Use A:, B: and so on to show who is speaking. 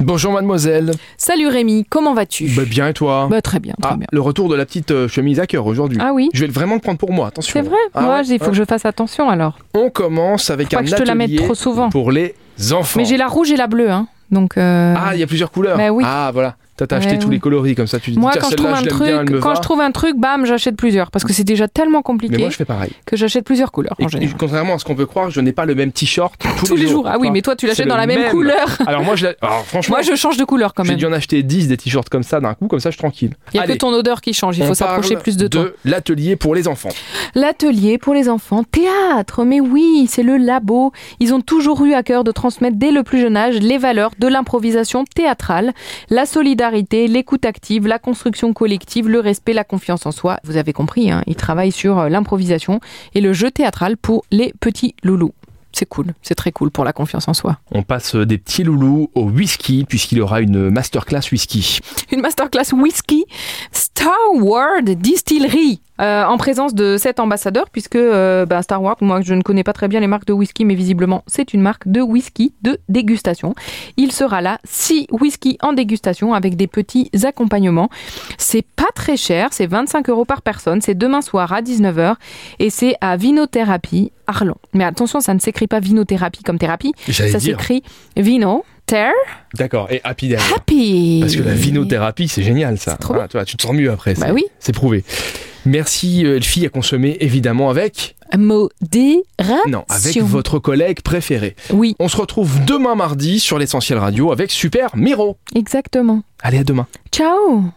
A: Bonjour mademoiselle.
B: Salut Rémi, comment vas-tu
A: Bah, bien et toi
B: Bah, très bien, très
A: Ah,
B: bien.
A: le retour de la petite euh, chemise à cœur aujourd'hui.
B: Ah oui
A: Je vais vraiment le prendre pour moi, attention.
B: c'est vrai
A: Ah
B: Moi,
A: ouais,
B: il faut
A: ouais.
B: que je fasse attention alors.
A: On commence avec
B: Faut pas
A: un
B: que je te la mette
A: atelier
B: trop souvent.
A: pour les enfants.
B: Mais j'ai la rouge et la bleue, hein. Donc, euh,
A: Ah, il y a plusieurs couleurs.
B: Bah oui.
A: Ah, voilà. T'as t'as acheté
B: Ouais,
A: tous
B: oui.
A: les coloris comme ça. Tu dis,
B: moi,
A: tiens,
B: quand je trouve
A: celle-là,
B: un
A: je l'aime bien,
B: truc,
A: elle me
B: quand
A: va.
B: je trouve un truc, bam, j'achète plusieurs parce que c'est déjà tellement compliqué Oh,
A: Mais moi, je fais pareil.
B: que j'achète plusieurs couleurs
A: Et,
B: en
A: et
B: général.
A: contrairement à ce qu'on peut croire, je n'ai pas le même t-shirt tous,
B: Tous les jours. Ah oui,
A: Enfin,
B: mais toi, tu l'achètes
A: c'est
B: dans
A: le
B: la même,
A: même.
B: couleur.
A: Alors moi, je l'ai- alors, franchement,
B: Moi, je change de couleur quand
A: j'ai
B: même.
A: dû en acheter 10 des t-shirts comme ça d'un coup, comme ça, je suis tranquille.
B: Il y a
A: Allez,
B: que ton odeur qui change. Il
A: on
B: faut s'approcher
A: parle
B: plus de toi.
A: De l'atelier pour les enfants.
B: L'atelier pour les enfants, théâtre, mais oui, c'est le labo. Ils ont toujours eu à cœur de transmettre dès le plus jeune âge les valeurs de l'improvisation théâtrale, la solidarité, l'écoute active, la construction collective, le respect, la confiance en soi. Vous avez compris, hein, ils travaillent sur euh, l'improvisation et le jeu théâtral pour les petits loulous. C'est cool, c'est très cool pour la confiance en soi.
A: On passe euh, des petits loulous au whisky, puisqu'il y aura une masterclass whisky.
B: une masterclass whisky Star Wars Distillery. euh, en présence de sept ambassadeurs, puisque euh, bah, Star Wars, moi je ne connais pas très bien les marques de whisky, mais visiblement c'est une marque de whisky de dégustation. Il sera là, six whisky en dégustation avec des petits accompagnements. C'est pas très cher, c'est 25 euros par personne, c'est demain soir à 19h et c'est à Vinothérapie Arlon. Mais attention, ça ne s'écrit pas Vinothérapie comme thérapie,
A: J'allais
B: ça
A: dire.
B: s'écrit Vino Ter
A: D'accord, et happy derrière.
B: Happy.
A: Parce que la vinothérapie, c'est génial ça.
B: C'est trop
A: Voilà, tu, vois, tu te sens mieux après.
B: Bah
A: c'est-
B: oui.
A: C'est prouvé. Merci euh, Elfie à consommer évidemment avec
B: modération.
A: non avec votre collègue préféré.
B: Oui,
A: On se retrouve demain mardi sur l'essentiel radio avec Super Miro.
B: exactement.
A: Allez à demain.
B: Ciao